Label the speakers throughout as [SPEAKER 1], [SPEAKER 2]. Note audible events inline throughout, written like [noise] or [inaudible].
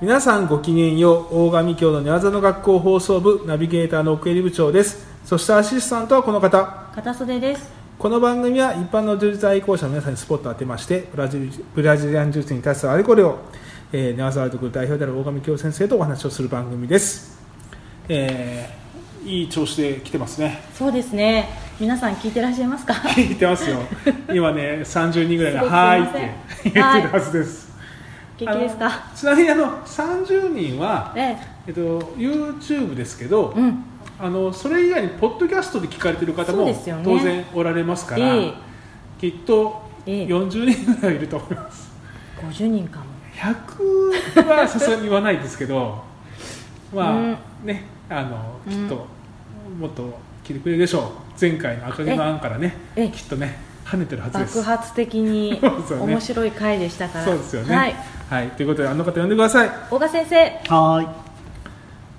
[SPEAKER 1] 皆さんごきげんよう大神教の寝技の学校放送部ナビゲーターの奥襟部長ですそしてアシスタントはこの方
[SPEAKER 2] 片袖です
[SPEAKER 1] この番組は一般の柔術愛好者の皆さんにスポットを当てましてブラジルブラジリアン柔術に対するあれこれを、えー、寝技ワールドグル代表である大神教先生とお話をする番組です、えーいい調子で来てますね [laughs]
[SPEAKER 2] そうですね皆さん聞いてらっしゃいますか
[SPEAKER 1] 聞いてますよ今ね30人ぐらいが「
[SPEAKER 2] すごい
[SPEAKER 1] はーい」っ
[SPEAKER 2] すいま
[SPEAKER 1] て
[SPEAKER 2] せん
[SPEAKER 1] 言ってるはずです
[SPEAKER 2] 元気ですか
[SPEAKER 1] あのちなみにあの30人は、
[SPEAKER 2] え
[SPEAKER 1] えっと、YouTube ですけど、
[SPEAKER 2] えうん
[SPEAKER 1] あのそれ以外にポッドキャストで聞かれてる方
[SPEAKER 2] そう
[SPEAKER 1] も
[SPEAKER 2] ですよね
[SPEAKER 1] 当然おられますから
[SPEAKER 2] え
[SPEAKER 1] きっと
[SPEAKER 2] ええ
[SPEAKER 1] 40人ぐらいいると思い
[SPEAKER 2] [laughs]
[SPEAKER 1] ます
[SPEAKER 2] 50人かも
[SPEAKER 1] 100はさすがに言わないですけどまあ、
[SPEAKER 2] うん
[SPEAKER 1] ねあの
[SPEAKER 2] うん
[SPEAKER 1] きっともっと聞いてくれるでしょう前回の赤毛の案からね
[SPEAKER 2] ええ
[SPEAKER 1] きっとね跳ねてるはずです
[SPEAKER 2] 爆発的に
[SPEAKER 1] そうですよね
[SPEAKER 2] 面白い回でしたから
[SPEAKER 1] そうですよね
[SPEAKER 2] はい、
[SPEAKER 1] はい、ということであの方呼んでください、
[SPEAKER 2] 大賀先生、え
[SPEAKER 3] はーい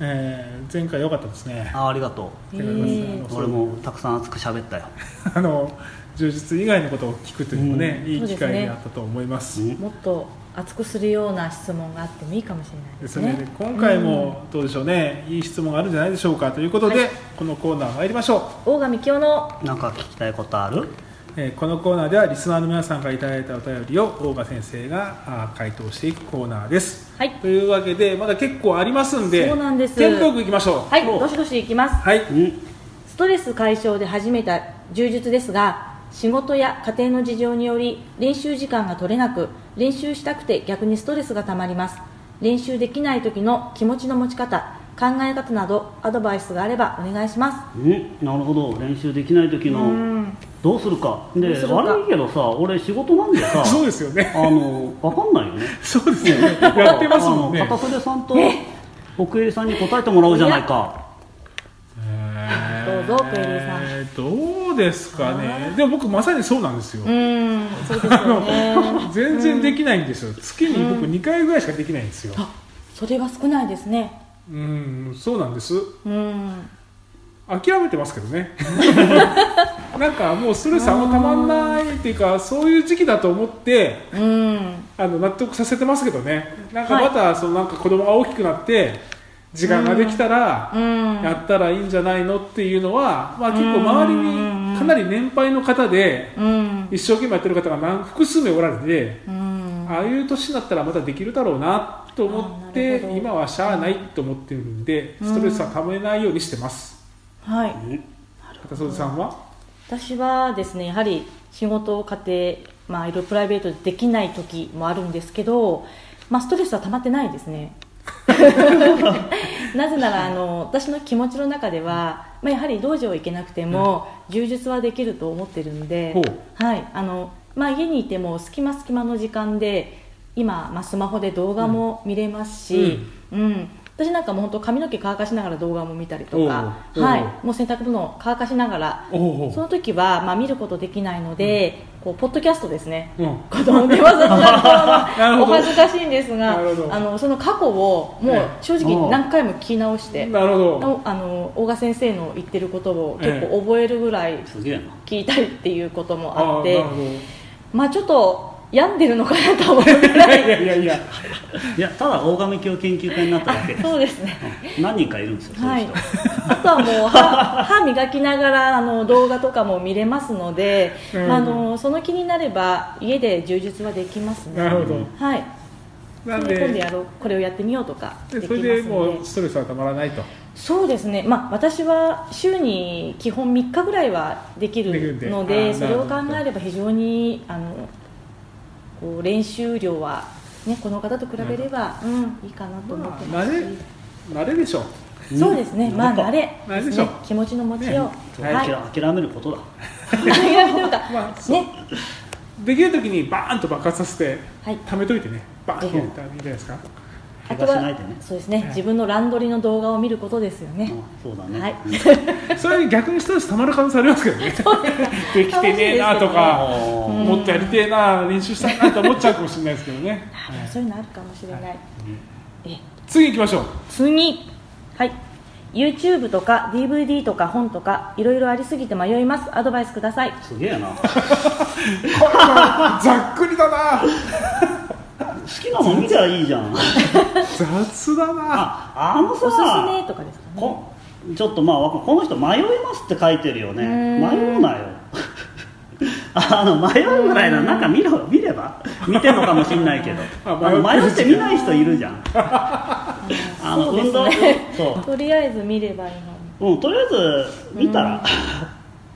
[SPEAKER 1] えー前回良かったですね
[SPEAKER 3] あありがと
[SPEAKER 1] りがとうございます
[SPEAKER 2] え
[SPEAKER 3] う俺もたくさん熱く喋ったよ、
[SPEAKER 1] [laughs] あの充実以外のことを聞くというのもね、
[SPEAKER 3] う
[SPEAKER 1] いい
[SPEAKER 2] そう
[SPEAKER 1] 機
[SPEAKER 2] ですね
[SPEAKER 1] 会になったと思います
[SPEAKER 3] うん
[SPEAKER 2] もっと熱くするような質問があってもいいかもしれない
[SPEAKER 1] で
[SPEAKER 2] ですす
[SPEAKER 1] ね
[SPEAKER 2] ね
[SPEAKER 1] 今回もどうでしょうね、いい質問があるんじゃないでしょうかということで、
[SPEAKER 2] はい
[SPEAKER 1] このコーナー参りましょう、
[SPEAKER 2] 大神清の
[SPEAKER 3] なんか聞きたいことある
[SPEAKER 1] えーこのコーナーではリスナーの皆さんからいただいたお便りを大賀先生があー回答していくコーナーです
[SPEAKER 2] はい
[SPEAKER 1] というわけでまだ結構ありますんで
[SPEAKER 2] そうなんです
[SPEAKER 1] テントーク行きましょう
[SPEAKER 2] はい
[SPEAKER 1] お
[SPEAKER 2] どしどしいきます
[SPEAKER 1] はい、
[SPEAKER 3] うん
[SPEAKER 2] ストレス解消で始めた柔術ですが仕事や家庭の事情により練習時間が取れなく練習したくて逆にストレスがたまります練習できない時の気持ちの持ち方考え方などアドバイスがあればお願いしま
[SPEAKER 3] うんなるほど練習できない時
[SPEAKER 2] す
[SPEAKER 3] のどうするかで
[SPEAKER 2] どうするか
[SPEAKER 3] 悪いけどさ俺仕事なんで
[SPEAKER 1] [laughs]
[SPEAKER 3] さ
[SPEAKER 1] そうですよね
[SPEAKER 3] あの分かんないよね
[SPEAKER 1] そうですよねやってますもんね
[SPEAKER 3] あの片袖さんと奥襟さんに答えてもらおうじゃないか
[SPEAKER 1] えー
[SPEAKER 2] [laughs] どうぞペリーさん
[SPEAKER 1] えーどうですかねでも僕まさにそうなんですよ、
[SPEAKER 2] うーんそうですよね
[SPEAKER 1] 全然できないんですよ、月に僕2回ぐらいしかできないんですよ、
[SPEAKER 2] あそれは少ないですね
[SPEAKER 1] うん、そうなんです
[SPEAKER 2] うーん
[SPEAKER 1] 諦めてますけど
[SPEAKER 2] [laughs]
[SPEAKER 1] ねなんかもうストレスあんまたまんないっていうかそういう時期だと思って
[SPEAKER 2] うーん
[SPEAKER 1] あの納得させてますけどねなんか
[SPEAKER 2] はい
[SPEAKER 1] またそのなんか子供が大きくなって時間ができたら
[SPEAKER 2] うーん
[SPEAKER 1] やったらいいんじゃないのっていうのは、まあ、結構周りにかなり年配の方で
[SPEAKER 2] うーん
[SPEAKER 1] 一生懸命やってる方が何複数名おられて
[SPEAKER 2] うーん
[SPEAKER 1] ああいう年になったらまたできるだろうなと思っ
[SPEAKER 2] あ
[SPEAKER 1] て
[SPEAKER 2] ーなるほど
[SPEAKER 1] 今はしゃあないと思ってるんでストレスはためないようにしてます
[SPEAKER 2] はい
[SPEAKER 3] うん
[SPEAKER 1] 片袖さんは
[SPEAKER 2] 私はですねやはり仕事家庭まあいろいろプライベートでできない時もあるんですけど、まあ、ストレスは溜まってないで
[SPEAKER 1] [laughs]
[SPEAKER 2] すねなぜならあの私の気持ちの中では、まあ、やはり道場行けなくても柔術はできると思ってるんで
[SPEAKER 1] ほう、
[SPEAKER 2] はいあのまあ、家にいても隙間隙間の時間で今、まあ、スマホで動画も見れますし、うん私なんかもう本当髪の毛乾かしながら動画も見たりとか、
[SPEAKER 1] おう
[SPEAKER 2] は
[SPEAKER 1] お
[SPEAKER 2] い、もう洗濯物を乾かしながら
[SPEAKER 1] おお
[SPEAKER 2] その時は、まあ、見ることできないので、こうポッドキャストですね。 [laughs]
[SPEAKER 1] うん
[SPEAKER 2] 子供でわざわ
[SPEAKER 1] なる
[SPEAKER 2] ざ [laughs]
[SPEAKER 1] ほど
[SPEAKER 2] お恥ずかしいんですが
[SPEAKER 1] なるほど
[SPEAKER 2] あのその過去をも
[SPEAKER 1] え
[SPEAKER 2] う
[SPEAKER 1] え
[SPEAKER 2] 正
[SPEAKER 3] あ
[SPEAKER 2] 直
[SPEAKER 3] あ
[SPEAKER 2] 何回も聞き直して、
[SPEAKER 1] なるほど
[SPEAKER 2] おあの大賀先生の言ってることを
[SPEAKER 1] ええ
[SPEAKER 2] 結構覚えるぐらい
[SPEAKER 3] すげえな
[SPEAKER 2] 聞いたりっていうことも
[SPEAKER 1] あ
[SPEAKER 2] あ
[SPEAKER 1] あ
[SPEAKER 2] って
[SPEAKER 1] なるほど
[SPEAKER 2] まあちょっと病んでるのかなと思うぐ
[SPEAKER 1] い [laughs]
[SPEAKER 2] ら
[SPEAKER 1] や
[SPEAKER 2] い
[SPEAKER 1] いやいやいや
[SPEAKER 3] [laughs] いやただ大神教研究家になっただけ
[SPEAKER 2] そうですね
[SPEAKER 3] 何人かいるんですよそう
[SPEAKER 2] はいいう
[SPEAKER 3] 人、
[SPEAKER 2] あとは [laughs] もう歯歯磨きながらあの動画とかも見れますので、
[SPEAKER 1] うん
[SPEAKER 2] あのその気になれば家で充実はできます
[SPEAKER 1] な
[SPEAKER 2] ね。
[SPEAKER 1] るほど
[SPEAKER 2] はい。
[SPEAKER 1] なん
[SPEAKER 2] それで今度
[SPEAKER 1] で
[SPEAKER 2] やろうこれをやってみようとかで
[SPEAKER 1] でそ
[SPEAKER 2] きます
[SPEAKER 1] れ
[SPEAKER 2] ん
[SPEAKER 1] で
[SPEAKER 2] で。
[SPEAKER 1] もうストレスはたまらないと
[SPEAKER 2] そうですね、まあ、私は週に基本3日ぐらいはでき
[SPEAKER 1] できるんで
[SPEAKER 2] るの
[SPEAKER 1] あ
[SPEAKER 2] で、
[SPEAKER 1] ー
[SPEAKER 2] それを考
[SPEAKER 1] なるほど
[SPEAKER 2] えれば非常にあのこう練習量は、ね、この方と比べれば、うん、いいかなと思って
[SPEAKER 1] ま
[SPEAKER 2] ま
[SPEAKER 1] あ
[SPEAKER 2] すし、
[SPEAKER 1] 慣慣れでしょう
[SPEAKER 3] うん
[SPEAKER 2] そうですね、まあ慣
[SPEAKER 3] 慣れ
[SPEAKER 2] れ
[SPEAKER 1] 慣れ
[SPEAKER 2] で
[SPEAKER 1] ですしょ
[SPEAKER 2] ね、気持ちの持ちよう、
[SPEAKER 1] ね
[SPEAKER 2] は
[SPEAKER 3] 諦
[SPEAKER 2] い、
[SPEAKER 3] 諦めることだ
[SPEAKER 2] [laughs] 諦めてるか、
[SPEAKER 1] まあそう
[SPEAKER 2] ね、
[SPEAKER 1] できる時にバーンと爆発させて
[SPEAKER 2] はい、
[SPEAKER 1] 貯めといてねバーンと
[SPEAKER 2] ええ
[SPEAKER 1] やったらいいんじゃないですか
[SPEAKER 2] あ
[SPEAKER 3] 怪
[SPEAKER 2] と
[SPEAKER 3] 我しない
[SPEAKER 2] は
[SPEAKER 3] でね
[SPEAKER 2] そうです
[SPEAKER 1] はい
[SPEAKER 2] ね、自分のランドリーの動画を見ることですよね。
[SPEAKER 3] あそうだね、
[SPEAKER 2] はい
[SPEAKER 3] うん
[SPEAKER 1] それに逆にストレスたまる可能性ありますけどね [laughs] できてねえなと
[SPEAKER 3] 楽しい
[SPEAKER 1] か
[SPEAKER 3] ですけどね
[SPEAKER 1] もっとやりてえな練習したいなと思っちゃうかもしれないですけどね
[SPEAKER 2] あー [laughs] そういうのあるかもしれない。
[SPEAKER 1] はい
[SPEAKER 2] え
[SPEAKER 1] 次行きましょう [laughs]
[SPEAKER 2] 次はい YouTube とか DVD とか本とかいろいろありすぎて迷いますアドバイスください
[SPEAKER 3] すげえな
[SPEAKER 1] ざっくりだな
[SPEAKER 3] きなの見たらいいじゃん
[SPEAKER 1] 雑だな
[SPEAKER 3] ああのさ
[SPEAKER 2] おすすめとかですかね
[SPEAKER 3] こちょっとまあわかこの人迷いますって書いてるよね
[SPEAKER 2] うーん
[SPEAKER 3] 迷うなよ [laughs] あの迷うぐらいななんか見ろ見れば見てるのかもしれないけど
[SPEAKER 1] あ
[SPEAKER 3] [laughs] あの迷って見ない人いるじゃ [laughs] んあの運動そ
[SPEAKER 2] [laughs] とりあえず見ればいいのに
[SPEAKER 3] う、うん、とりあえず見たら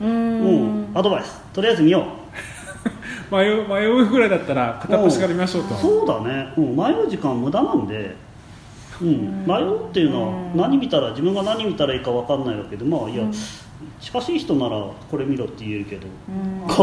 [SPEAKER 2] うー
[SPEAKER 3] うん
[SPEAKER 2] ん
[SPEAKER 3] アドバイスとりあえず見よう
[SPEAKER 1] 迷う迷うぐらいだったら片っ端から見ましょうと
[SPEAKER 3] そうだね、うん、迷う時間無駄なんで、うん、迷うっていうのは何見たら自分が何見たらいいか分かんないわけでまあいや、近しい人ならこれ見ろって言えるけど、[laughs]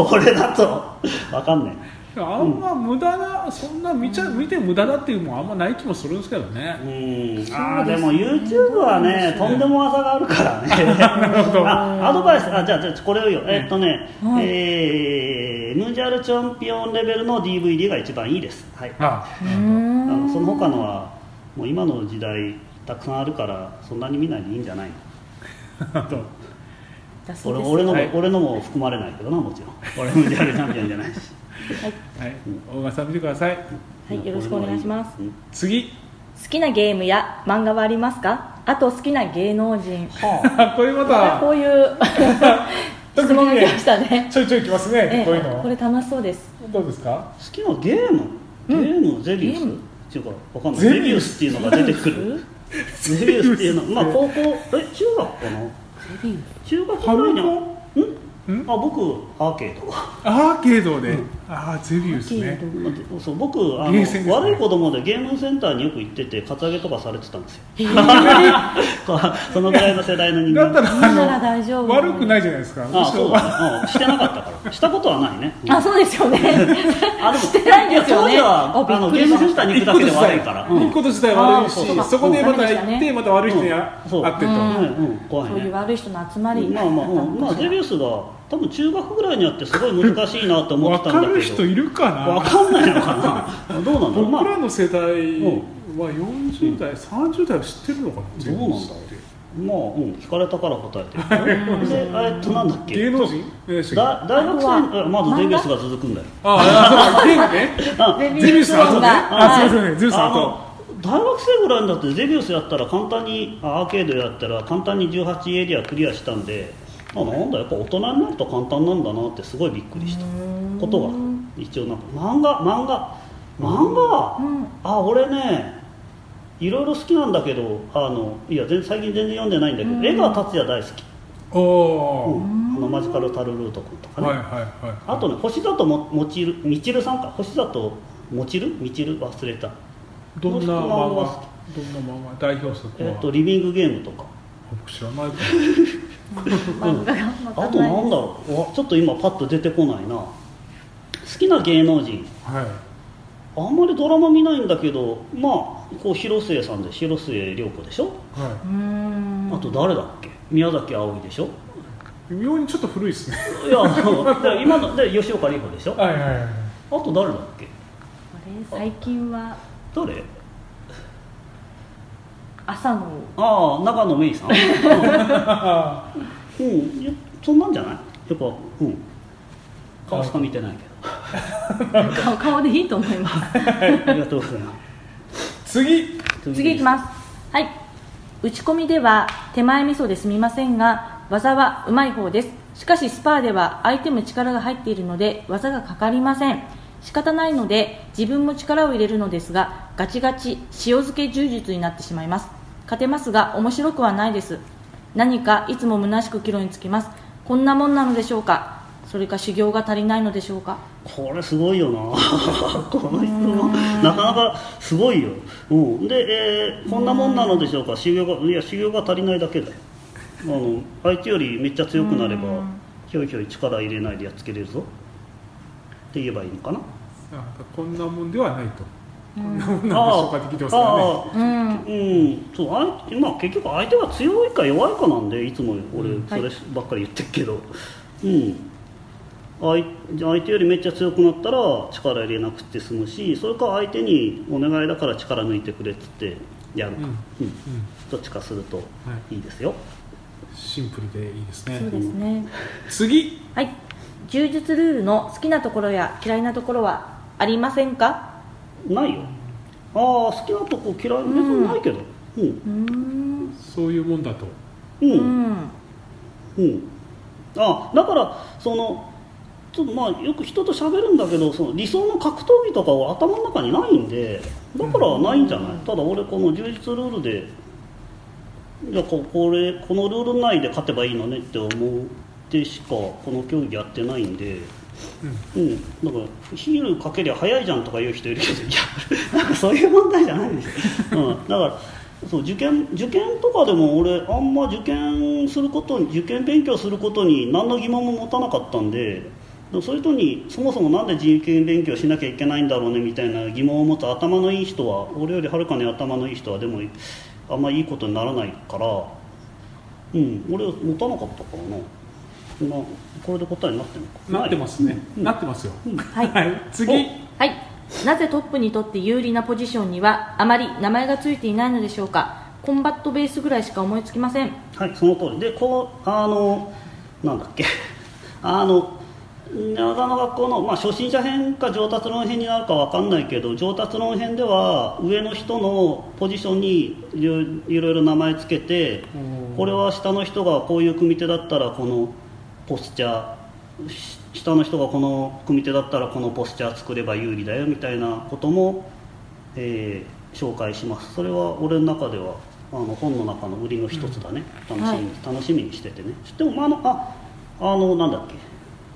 [SPEAKER 2] う ん
[SPEAKER 3] これだと分かんない、
[SPEAKER 1] あんま無駄なそんな見ちゃ見て無駄だっていうのもあんまない気もするんですけどね
[SPEAKER 3] うんああでも YouTube はねとんでも技があるからね [laughs]
[SPEAKER 1] ど
[SPEAKER 3] あアドバイスあじゃあじゃあこれをよ、えっとね、
[SPEAKER 2] はい
[SPEAKER 3] えーヌンジャルチャンピオンレベルの DVD が一番いいですはい
[SPEAKER 1] あ [laughs]
[SPEAKER 2] う
[SPEAKER 3] あのそ
[SPEAKER 2] ーん
[SPEAKER 3] の他のはもう今の時代たくさんあるからそんなに見ないでいいんじゃないの
[SPEAKER 1] あと
[SPEAKER 2] だそう
[SPEAKER 3] 俺
[SPEAKER 2] です
[SPEAKER 3] 俺のも、
[SPEAKER 1] はい
[SPEAKER 3] 俺のも含まれないけどなもちろん [laughs] 俺もジャルチャンピオンじゃないし
[SPEAKER 1] はい大川さん見てください
[SPEAKER 2] はいよろしくお願いします
[SPEAKER 3] うん
[SPEAKER 1] 次
[SPEAKER 2] 好きなゲームや漫画はありますかあと好きな芸能人
[SPEAKER 3] は
[SPEAKER 1] [laughs] あこれま
[SPEAKER 2] あこ
[SPEAKER 1] た
[SPEAKER 2] ういう [laughs] 質問が来ましたね
[SPEAKER 1] ちょいちょいきます
[SPEAKER 2] え
[SPEAKER 1] ね
[SPEAKER 2] え
[SPEAKER 1] こういうの
[SPEAKER 2] これ楽しそうです
[SPEAKER 1] どうですか
[SPEAKER 3] あ好きなゲームゲームゼビウス
[SPEAKER 2] ゲーム
[SPEAKER 3] っていうかわかんない
[SPEAKER 1] ゼ
[SPEAKER 3] ゼ
[SPEAKER 1] ビウス
[SPEAKER 3] ビウスっていうのが出てくるゼビウスっていうのまあ高校え中学かな中学ぐらいに
[SPEAKER 1] フ
[SPEAKER 3] はん
[SPEAKER 1] ん
[SPEAKER 3] あ僕アーケード [laughs]
[SPEAKER 1] アーケードで、ああゼビウス
[SPEAKER 2] アー
[SPEAKER 1] ね
[SPEAKER 2] ケー
[SPEAKER 3] まあそう僕あの、
[SPEAKER 1] ゲーセンですね
[SPEAKER 3] 悪い子供でゲームセンターによく行っててカツアゲとかされてたんですよ [laughs] そのぐらいの世代の人
[SPEAKER 1] だった
[SPEAKER 3] 間
[SPEAKER 1] ら
[SPEAKER 2] みんなら
[SPEAKER 1] あ
[SPEAKER 2] 大丈
[SPEAKER 1] の
[SPEAKER 2] 夫
[SPEAKER 1] 悪くないじゃないですか
[SPEAKER 3] ああ
[SPEAKER 1] むし
[SPEAKER 3] そう
[SPEAKER 1] ろ
[SPEAKER 3] だね、うん、してなかったからしたことはないね
[SPEAKER 2] あそうですよね
[SPEAKER 3] [laughs] あでも
[SPEAKER 2] してないんですよね
[SPEAKER 3] いや当時は
[SPEAKER 2] あ
[SPEAKER 3] あの
[SPEAKER 2] びっ
[SPEAKER 3] ゲ
[SPEAKER 2] くり
[SPEAKER 3] ー
[SPEAKER 2] しま
[SPEAKER 3] ム
[SPEAKER 2] した
[SPEAKER 3] センターに行くだけで悪いから、うん
[SPEAKER 1] 一個と自体悪い
[SPEAKER 3] あーそうか
[SPEAKER 1] しそこでまた
[SPEAKER 2] そうか
[SPEAKER 1] 行ってまた悪い人に
[SPEAKER 3] うんそう
[SPEAKER 1] 会ってと
[SPEAKER 2] うん
[SPEAKER 3] はいうん怖い
[SPEAKER 2] そう
[SPEAKER 3] ね
[SPEAKER 2] いう悪い人の集まり
[SPEAKER 3] まあまあ、うんまあ、ゼビウスが多分中学ぐらいにあってすごい難しいなと思っ
[SPEAKER 1] 分
[SPEAKER 3] てた
[SPEAKER 1] か
[SPEAKER 3] んだ
[SPEAKER 1] る
[SPEAKER 3] けど
[SPEAKER 1] 人いるかな
[SPEAKER 3] わかんないのかなどうなんだろう、まあ
[SPEAKER 1] 僕、らの世代は
[SPEAKER 3] ん
[SPEAKER 1] 40代、30代は知ってるのかな
[SPEAKER 3] どうなんだろまあ、うん、聞かれたから答えてるでえっとなんだっけ
[SPEAKER 1] 芸能人何でしたっけ
[SPEAKER 3] だ大学
[SPEAKER 2] あと
[SPEAKER 3] 生
[SPEAKER 2] は
[SPEAKER 3] あまずゼビウスが続くんだよ
[SPEAKER 1] ああ、ゲームね
[SPEAKER 3] あ
[SPEAKER 2] ゼビウス
[SPEAKER 1] ゼビウスの後ねあ、
[SPEAKER 2] はい
[SPEAKER 1] すいません、ゼビウスの後
[SPEAKER 3] あの大学生ぐらいになってゼビウスやったら簡単にあアーケードやったら簡単に18エリアクリアしたんであなんだやっぱ大人になると簡単なんだなってすごいびっくりしたことが一応なんか漫画漫画漫画、
[SPEAKER 2] うん
[SPEAKER 3] あ俺ねいろいろ好きなんだけどあのいや全最近全然読んでないんだけど、江川達也大好き、
[SPEAKER 1] お
[SPEAKER 3] う
[SPEAKER 1] お
[SPEAKER 3] んあのマジカルタルルート君とか
[SPEAKER 1] ー
[SPEAKER 3] ね、
[SPEAKER 1] はいはいはい
[SPEAKER 3] あとね星里ももちるみちるさんか星里もちるみちる忘れた
[SPEAKER 1] どんな漫画
[SPEAKER 3] もう一つ漫画は
[SPEAKER 1] どんな漫画代表作
[SPEAKER 3] えっと、
[SPEAKER 1] は
[SPEAKER 3] リビングゲームとか
[SPEAKER 1] 僕知らないか
[SPEAKER 2] 漫画がわか
[SPEAKER 3] あ
[SPEAKER 2] ん
[SPEAKER 3] と
[SPEAKER 2] ない
[SPEAKER 3] なんだろうわちょっと今パッと出てこないな好きな芸能人
[SPEAKER 1] らはい
[SPEAKER 3] あんまりドラマ見ないんだけどまあこう広末さんで広末涼子でしょ
[SPEAKER 1] は
[SPEAKER 2] うーん
[SPEAKER 3] あと誰だっけ宮崎あおいでしょ
[SPEAKER 1] い微妙にちょっと古いですね
[SPEAKER 3] いやあの
[SPEAKER 2] [laughs]
[SPEAKER 3] だから今ので吉岡里帆でしょあ
[SPEAKER 1] はいはいはい
[SPEAKER 3] と誰だっけ
[SPEAKER 2] あれ最近は
[SPEAKER 3] 誰
[SPEAKER 2] 朝の
[SPEAKER 3] ああ中野
[SPEAKER 2] [laughs]
[SPEAKER 3] 芽衣さん
[SPEAKER 1] あ
[SPEAKER 3] うんいやそんなんじゃないやっぱうん顔しか見てないけ
[SPEAKER 2] 顔顔でいいと思います
[SPEAKER 3] ど [laughs] ありがとうござ
[SPEAKER 2] [laughs]
[SPEAKER 3] いま
[SPEAKER 1] ー次
[SPEAKER 3] す
[SPEAKER 2] 次いきますはい打ち込みでは手前味噌ですみませんが技はうまい方ですしかしスパーでは相手も力が入っているので技がかかりません仕方ないので自分も力を入れるのですがガチガチ塩漬け柔術になってしまいます勝てますが面白くはないです何かいつも虚しく岐路につきますこんなもんなのでしょうかそれか修行が足りないのでしょうか
[SPEAKER 3] これすごいよ [laughs] なこの質問なかなかすごいよ、うん、で、えーこんなもんなのでしょうか修行がいや修行が足りないだけだよあの相手よりめっちゃ強くなればひょいひょい力入れないでやっつけれるぞって言えばいいのかな
[SPEAKER 1] なんかこんなもんではないとこんなもんなんでしょう
[SPEAKER 3] あ
[SPEAKER 1] かって聞いてますからね
[SPEAKER 3] あ
[SPEAKER 2] うん
[SPEAKER 3] あうんそう相手まあ結局相手が強いか弱いかなんでいつも俺
[SPEAKER 2] うん
[SPEAKER 3] そ
[SPEAKER 2] は
[SPEAKER 3] れ
[SPEAKER 2] い
[SPEAKER 3] ばっかり言ってるけどうん相相手よりめっちゃ強くなったら力入れなくて済むしそれか相手にお願いだから力抜いてくれっつってやるか、うん
[SPEAKER 1] うん
[SPEAKER 3] どっちかするといいですよ、
[SPEAKER 1] シンプルでいいですね
[SPEAKER 2] そうですね
[SPEAKER 1] 次
[SPEAKER 2] はい、柔術ルールの好きなところや嫌いなところはありませんか
[SPEAKER 3] ないよああ好きなとこ嫌い別にないけどうん
[SPEAKER 2] うん
[SPEAKER 4] そういうもんだと
[SPEAKER 3] うん、
[SPEAKER 2] う
[SPEAKER 3] うん
[SPEAKER 2] ん
[SPEAKER 3] うん、あだからそのちょっとまあよく人と喋るんだけどその理想の格闘技とかは頭の中にないんでだからないんじゃない、ただ俺この充実ルールでいやここれこのルール内で勝てばいいのねって思ってしかこの競技やってないんで。うん、だからヒールかけりゃ早いじゃんとか言う人いるけどいや [laughs] なんかそういう問題じゃない
[SPEAKER 4] [laughs]
[SPEAKER 3] んですよ、うん、だからそう受験受験とかでも俺あんま受験することに受験勉強することに何の疑問も持たなかったんででもそれとにそもそもなんで人権勉強しなきゃいけないんだろうねみたいな疑問を持つ頭のいい人は俺よりはるかに頭のいい人はでもあんまいいことにならないから、うん、俺は持たなかったからな、まあ、これで答えになってるのか
[SPEAKER 4] なってますね、なってますよ、
[SPEAKER 2] はい
[SPEAKER 4] 次
[SPEAKER 3] お
[SPEAKER 2] はい、なぜトップにとって有利なポジションにはあまり名前がついていないのでしょうかコンバットベースぐらいしか思いつきません
[SPEAKER 3] はい、その通りでこうあのなんだっけ [laughs] あの長野学校の、まあ、初心者編か上達論編になるかわかんないけど上達論編では上の人のポジションにいろいろいろ名前つけて
[SPEAKER 4] うん
[SPEAKER 3] これは下の人がこういう組手だったらこのポスチャーし下の人がこの組手だったらこのポスチャー作れば有利だよみたいなことも、えー紹介しますそれは俺の中ではあの本の中の売りの一つだね、
[SPEAKER 2] うん
[SPEAKER 3] 楽しみに、楽しみにしててねでも、まあ、あのああのなんだっけ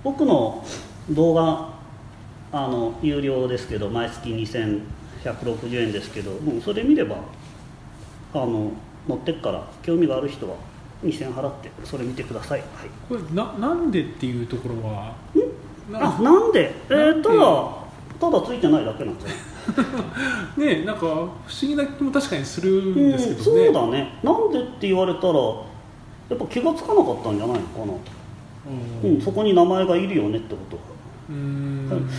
[SPEAKER 3] 僕の動画あの有料ですけど毎月2160円ですけど、うん、それ見ればあの持ってっから興味がある人は2000円払ってそれ見てください、はい、
[SPEAKER 4] これななんでっていうところはな
[SPEAKER 3] あなんでえ
[SPEAKER 4] なん
[SPEAKER 3] ー、
[SPEAKER 4] で
[SPEAKER 3] ただただついてないだけなんじゃない
[SPEAKER 4] ねなんか不思議な気も確かにするんです
[SPEAKER 3] う
[SPEAKER 4] けど
[SPEAKER 3] ん、そ
[SPEAKER 4] ね、
[SPEAKER 3] うだねなんでって言われたらやっぱ気が付かなかったんじゃないのかな、
[SPEAKER 4] う
[SPEAKER 3] うんん、そこに名前がいるよねってことは
[SPEAKER 4] うーん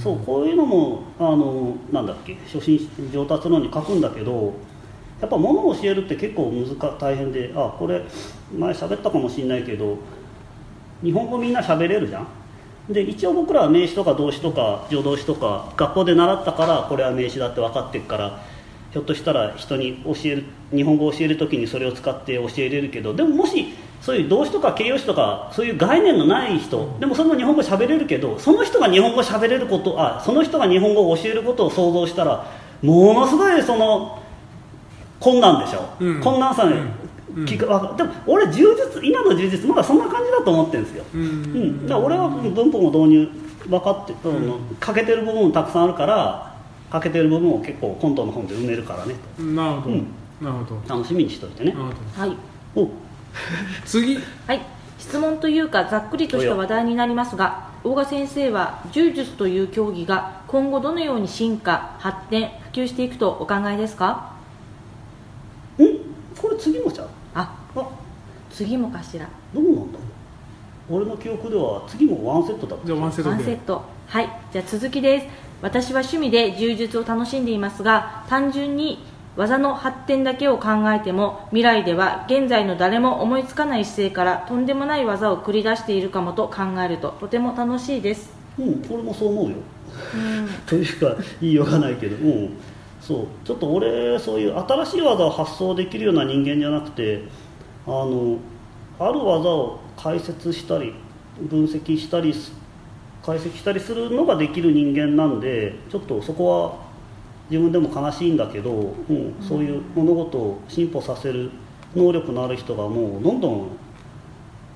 [SPEAKER 3] そうこういうのもあのなんだっけ初心上達のに書くんだけどやっぱ物を教えるって結構難大変であこれ前喋ったかもしれないけど日本語みんな喋れるじゃんで一応僕らは名詞とか動詞とか助動詞とか学校で習ったからこれは名詞だって分かってるからひょっとしたら人に教える日本語を教える時にそれを使って教えれるけどでももしそういう動詞とか形容詞とかそういう概念のない人でもその日本語喋れるけどその人が日本語喋れることあその人が日本語を教えることを想像したらものすごいその困難でしょ、
[SPEAKER 4] うん
[SPEAKER 3] 困難さね、
[SPEAKER 4] うんうん
[SPEAKER 3] 聞くわでも俺柔術今の柔術まだそんな感じだと思ってるんですよ
[SPEAKER 4] う
[SPEAKER 3] うん、
[SPEAKER 4] ん
[SPEAKER 3] だから俺は文法も導入分かって、あの欠けてる部分もたくさんあるから欠けてる部分を結構コントの本で埋めるからね
[SPEAKER 4] なるほど、
[SPEAKER 3] うん
[SPEAKER 4] なるほど
[SPEAKER 3] 楽しみにしといてね
[SPEAKER 4] なるほど
[SPEAKER 2] はい
[SPEAKER 3] お
[SPEAKER 4] 次
[SPEAKER 2] はい、質問というかざっくりとした話題になりますが大賀先生は柔術という競技が今後どのように進化発展普及していくとお考えですか
[SPEAKER 3] うんこれ次もじゃう
[SPEAKER 2] あ
[SPEAKER 3] あ
[SPEAKER 2] 次もかしら
[SPEAKER 3] どうなんだろう俺の記憶では次もワンセットだった
[SPEAKER 4] じゃあワンセット
[SPEAKER 2] ワ
[SPEAKER 4] で
[SPEAKER 2] ンセットはいじゃあ続きです私は趣味で柔術を楽しんでいますが単純に技の発展だけを考えても未来では現在の誰も思いつかない姿勢からとんでもない技を繰り出しているかもと考えるととても楽しいです、
[SPEAKER 3] うん俺もそう思うよ
[SPEAKER 2] うん
[SPEAKER 3] [laughs] というか言いようがないけど、うん、そうちょっと俺そういう新しい技を発想できるような人間じゃなくてあのある技を解説したり分析したりす解析したりするのができる人間なんでちょっとそこは自分でも悲しいんだけど、うん、そういう物事を進歩させる能力のある人がもうどんどん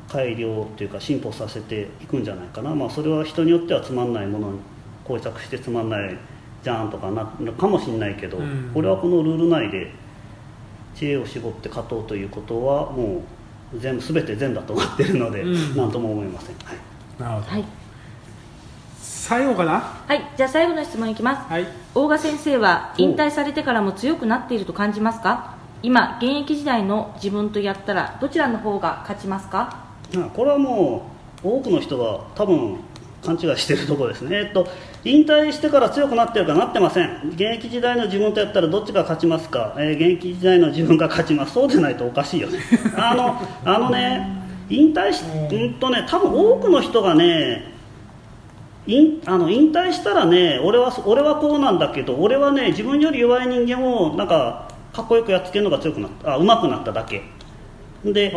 [SPEAKER 3] 改良というか進歩させていくんじゃないかな、まあ、それは人によってはつまんないものに膠着してつまんないじゃんとかなるかもしれないけど、
[SPEAKER 4] うん
[SPEAKER 3] 俺はこのルール内で知恵を絞って勝とうということはもう全部全て善だと思ってるので
[SPEAKER 4] うん
[SPEAKER 3] 何、なん、とも思いません、はい
[SPEAKER 4] なるほど
[SPEAKER 2] はい、
[SPEAKER 4] 最後かな
[SPEAKER 2] はい、じゃあ最後の質問いきます
[SPEAKER 4] はい
[SPEAKER 2] 大賀先生は引退されてからも強くなっていると感じますか今現役時代の自分とやったらどちらの方が勝ちますか
[SPEAKER 3] まあこれはもう多くの人が多分勘違いしてるところですね、えっと、引退してから強くなってるかなってません現役時代の自分とやったらどっちが勝ちますか、えー現役時代の自分が勝ちますそうでないとおかしいよねあのあのね引退しうんとね多分多くの人がね引あの引退したらね俺はそ俺はこうなんだけど俺はね自分より弱い人間をなんかかっこよくやっつけるのが強くなったあ上手くなっただけで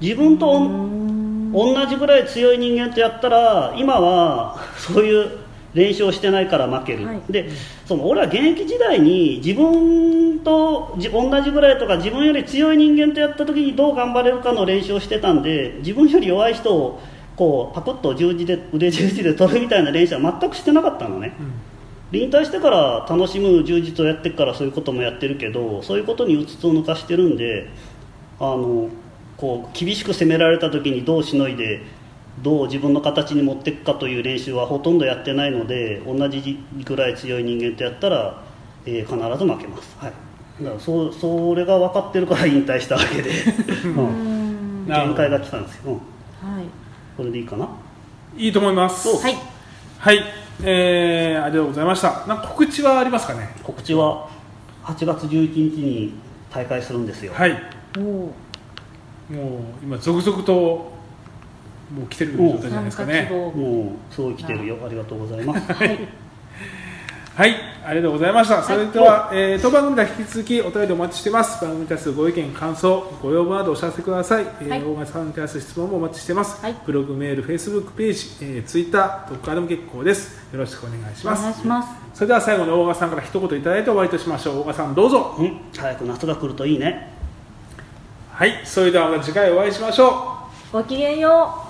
[SPEAKER 3] 自分とおん同じぐらい強い人間とやったら今は [laughs] そういう練習をしてないから負ける、
[SPEAKER 2] はい
[SPEAKER 3] でその俺は現役時代に自分とじ同じぐらいとか自分より強い人間とやった時にどう頑張れるかの練習をしてたんで自分より弱い人をこうパクッと十字で腕十字で取るみたいな練習は全くしてなかったのね、引退してから楽しむ充実をやってっからそういうこともやってるけどそういうことにうつつを抜かしてるんであのこう厳しく攻められた時にどうしのいでどう自分の形に持っていくかという練習はほとんどやってないので同じぐらい強い人間とやったら、えー必ず負けます、はい、だからそうそれが分かってるから [laughs] 引退したわけで、うん
[SPEAKER 2] うん
[SPEAKER 4] なるほ
[SPEAKER 3] 限
[SPEAKER 4] ど
[SPEAKER 3] 界が来たんですよ、うん、
[SPEAKER 2] はい
[SPEAKER 3] これでいいかない
[SPEAKER 1] いと思います
[SPEAKER 3] そう
[SPEAKER 2] はい
[SPEAKER 1] はい、えー、ありがとうございましたなんか告知はありますかね
[SPEAKER 3] 告知は8月11日に大会するんですよ、
[SPEAKER 1] はい
[SPEAKER 2] おお
[SPEAKER 1] もう今続々ともう来てる状態じゃない
[SPEAKER 2] 参
[SPEAKER 1] ですか
[SPEAKER 2] 加
[SPEAKER 1] ね
[SPEAKER 2] 希望
[SPEAKER 3] もうすごい来てるよありがとうございます
[SPEAKER 2] はい
[SPEAKER 1] はい、ありがとうございました。それでは、えー当番組では引き続きお便りお待ちしてます。番組に対するご意見、感想、ご要望などお知らせください。えー
[SPEAKER 2] はい
[SPEAKER 1] 大金さんに対する質問もお待ちしてます。
[SPEAKER 2] はい
[SPEAKER 1] ブログ、メール、フェイスブックページ、えー、ツイッター、どこからでも結構です。よろしくお願いし
[SPEAKER 2] お
[SPEAKER 1] ます。
[SPEAKER 2] 願いします
[SPEAKER 1] それでは最後に大金さんから一言いただいて終わりとしましょう。大金さん、どうぞ。
[SPEAKER 3] うん早く夏が来るといいね
[SPEAKER 1] はい、それではまた次回お会いしましょう。
[SPEAKER 2] ごきげんよう